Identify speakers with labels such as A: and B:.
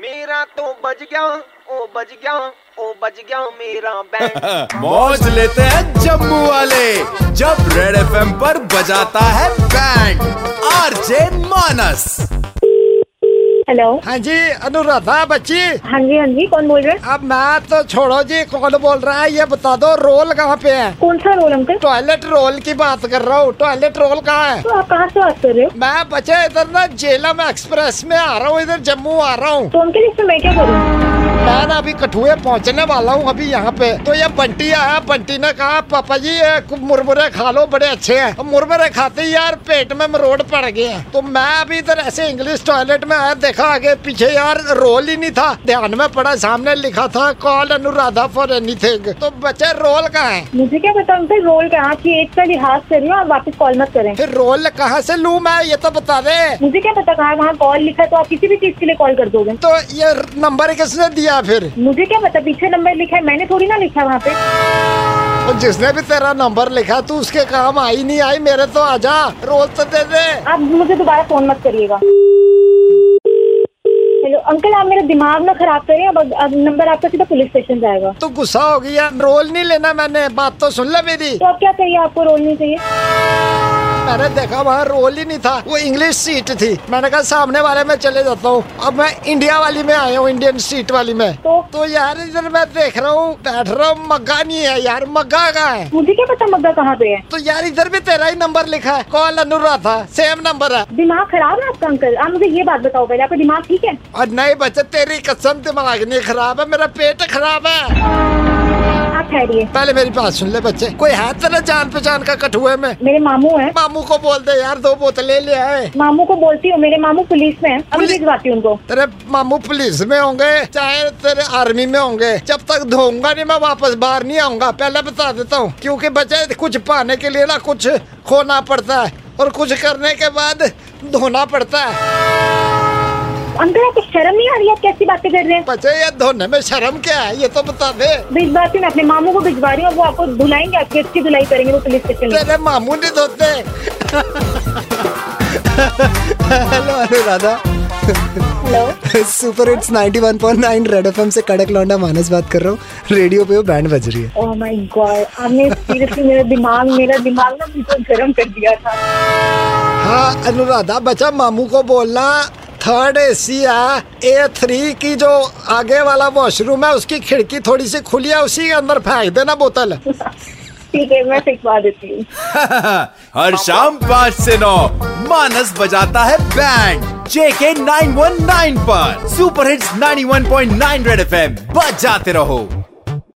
A: मेरा तो बज गया ओ बज गया ओ बज गया मेरा बैंड
B: मौज लेते हैं जम्मू वाले जब रेड एफएम पर बजाता है बैंड आरजे मानस
C: हेलो
D: हाँ जी अनुराधा बच्ची
C: हाँ जी हाँ जी कौन बोल रहे हैं
D: अब मैं तो छोड़ो जी कौन बोल रहा है ये बता दो रोल कहाँ पे है
C: कौन सा रोल अंकल
D: टॉयलेट रोल की बात कर रहा हूँ टॉयलेट रोल कहाँ है
C: तो आप कहाँ से बात कर रहे हो
D: मैं बच्चे इधर ना जेलम एक्सप्रेस में आ रहा हूँ इधर जम्मू आ रहा हूँ
C: तो अंकल इसमें मैं क्या करूँ
D: मैं ना अभी कठुए पहुँचने वाला हूँ अभी यहाँ पे तो ये बंटी आया बंटी ने कहा पापा जी ये कुछ मुरमुरे खा लो बड़े अच्छे हैं अब मुरमुरे खाते ही यार पेट में मरोड़ पड़ गए हैं तो मैं अभी इधर ऐसे इंग्लिश टॉयलेट में आया देखा आगे पीछे यार रोल ही नहीं था ध्यान में पड़ा सामने लिखा था कॉल अनुराधा फॉर एनीथिंग तो बच्चे रोल कहाँ है
C: मुझे क्या पता अंकल रोल कहाँ की एज का लिहाज कर रही हूँ आप वापस कॉल मत करें
D: फिर रोल कहाँ से लूँ मैं ये तो बता दे
C: मुझे क्या पता कहाँ वहाँ कॉल लिखा है, तो आप किसी भी चीज के लिए कॉल कर दोगे
D: तो ये नंबर किसने दिया फिर
C: मुझे क्या पता पीछे नंबर लिखा है मैंने थोड़ी ना लिखा है वहाँ पे
D: तो जिसने भी तेरा नंबर लिखा तू उसके काम आई नहीं आई मेरे तो आजा रोल तो दे दे
C: आप मुझे दोबारा फोन मत करिएगा हेलो अंकल आप मेरा दिमाग ना खराब करें अब अब नंबर आपका सीधा पुलिस स्टेशन जाएगा
D: तू तो गुस्सा हो गया रोल नहीं लेना मैंने बात तो सुन ले मेरी
C: तो अब क्या चाहिए आपको रोल नहीं चाहिए
D: मैंने देखा वहाँ रोल ही नहीं था वो इंग्लिश सीट थी मैंने कहा सामने वाले में चले जाता हूँ अब मैं इंडिया वाली में आया हूँ इंडियन सीट वाली में
C: तो?
D: तो यार इधर मैं देख रहा हूँ बैठ रहा हूँ मग्गा नहीं है यार मग्गा कहाँ है
C: मुझे क्या पता मग्गा कहाँ पे है
D: तो यार इधर भी तेरा ही नंबर लिखा है कॉल अनुराधा सेम नंबर है
C: दिमाग खराब है आपका अंकल आप मुझे ये बात बताओ पहले आपका दिमाग ठीक है
D: और नहीं बच्चे तेरी कसम दिमाग नहीं खराब है मेरा पेट खराब है
C: आप ठहरिए
D: पहले मेरी बात सुन ले बच्चे कोई है तेरा जान पहचान का कठुए में
C: मेरे मामू हैं
D: मामू को बोल दे यार दो बोतलें ले आए
C: मामू को बोलती हूँ मेरे मामू पुलिस में हैं अभी
D: पुलिस-
C: भिजवाती हूँ उनको
D: तेरे मामू पुलिस में होंगे चाहे तेरे आर्मी में होंगे जब तक धोऊंगा नहीं मैं वापस बाहर नहीं आऊंगा पहले बता देता हूँ क्योंकि बच्चे कुछ पाने के लिए ना कुछ खोना पड़ता है और कुछ करने के बाद धोना पड़ता है
C: अंकल आपको शर्म नहीं आ रही आप कैसी बातें कर रहे हैं
D: बच्चे ये धोने में शर्म क्या है ये तो बता दे
C: भिजवाती हूँ मैं अपने मामू को भिजवा रही हूँ वो आपको धुलाएंगे आपकी अच्छी धुलाई करेंगे वो पुलिस स्टेशन में
D: तेरे मामू नहीं धोते hello Anuradha
C: hello
E: super hits 91.9 red FM से कड़क लौंडा मानस बात कर रहा हूँ रेडियो पे वो बैंड बज रही है
C: ओह माय गॉड Oh आपने सीरियसली मेरा दिमाग मेरा दिमाग ना बिल्कुल गर्म कर दिया था
D: हाँ अनुराधा बच्चा मामू को बोलना थर्ड ए सी है ए थ्री हाँ। की जो आगे वाला वॉशरूम है उसकी खिड़की थोड़ी सी खुली है उसी के अंदर फेंक देना बोतल
C: ठीक है मैं फिकवा देती हूँ
B: हर शाम पाँच से नौ मानस बजाता है बैंड जेके 919 पर सुपर हिट्स 91.9 रेड एफएम बजाते रहो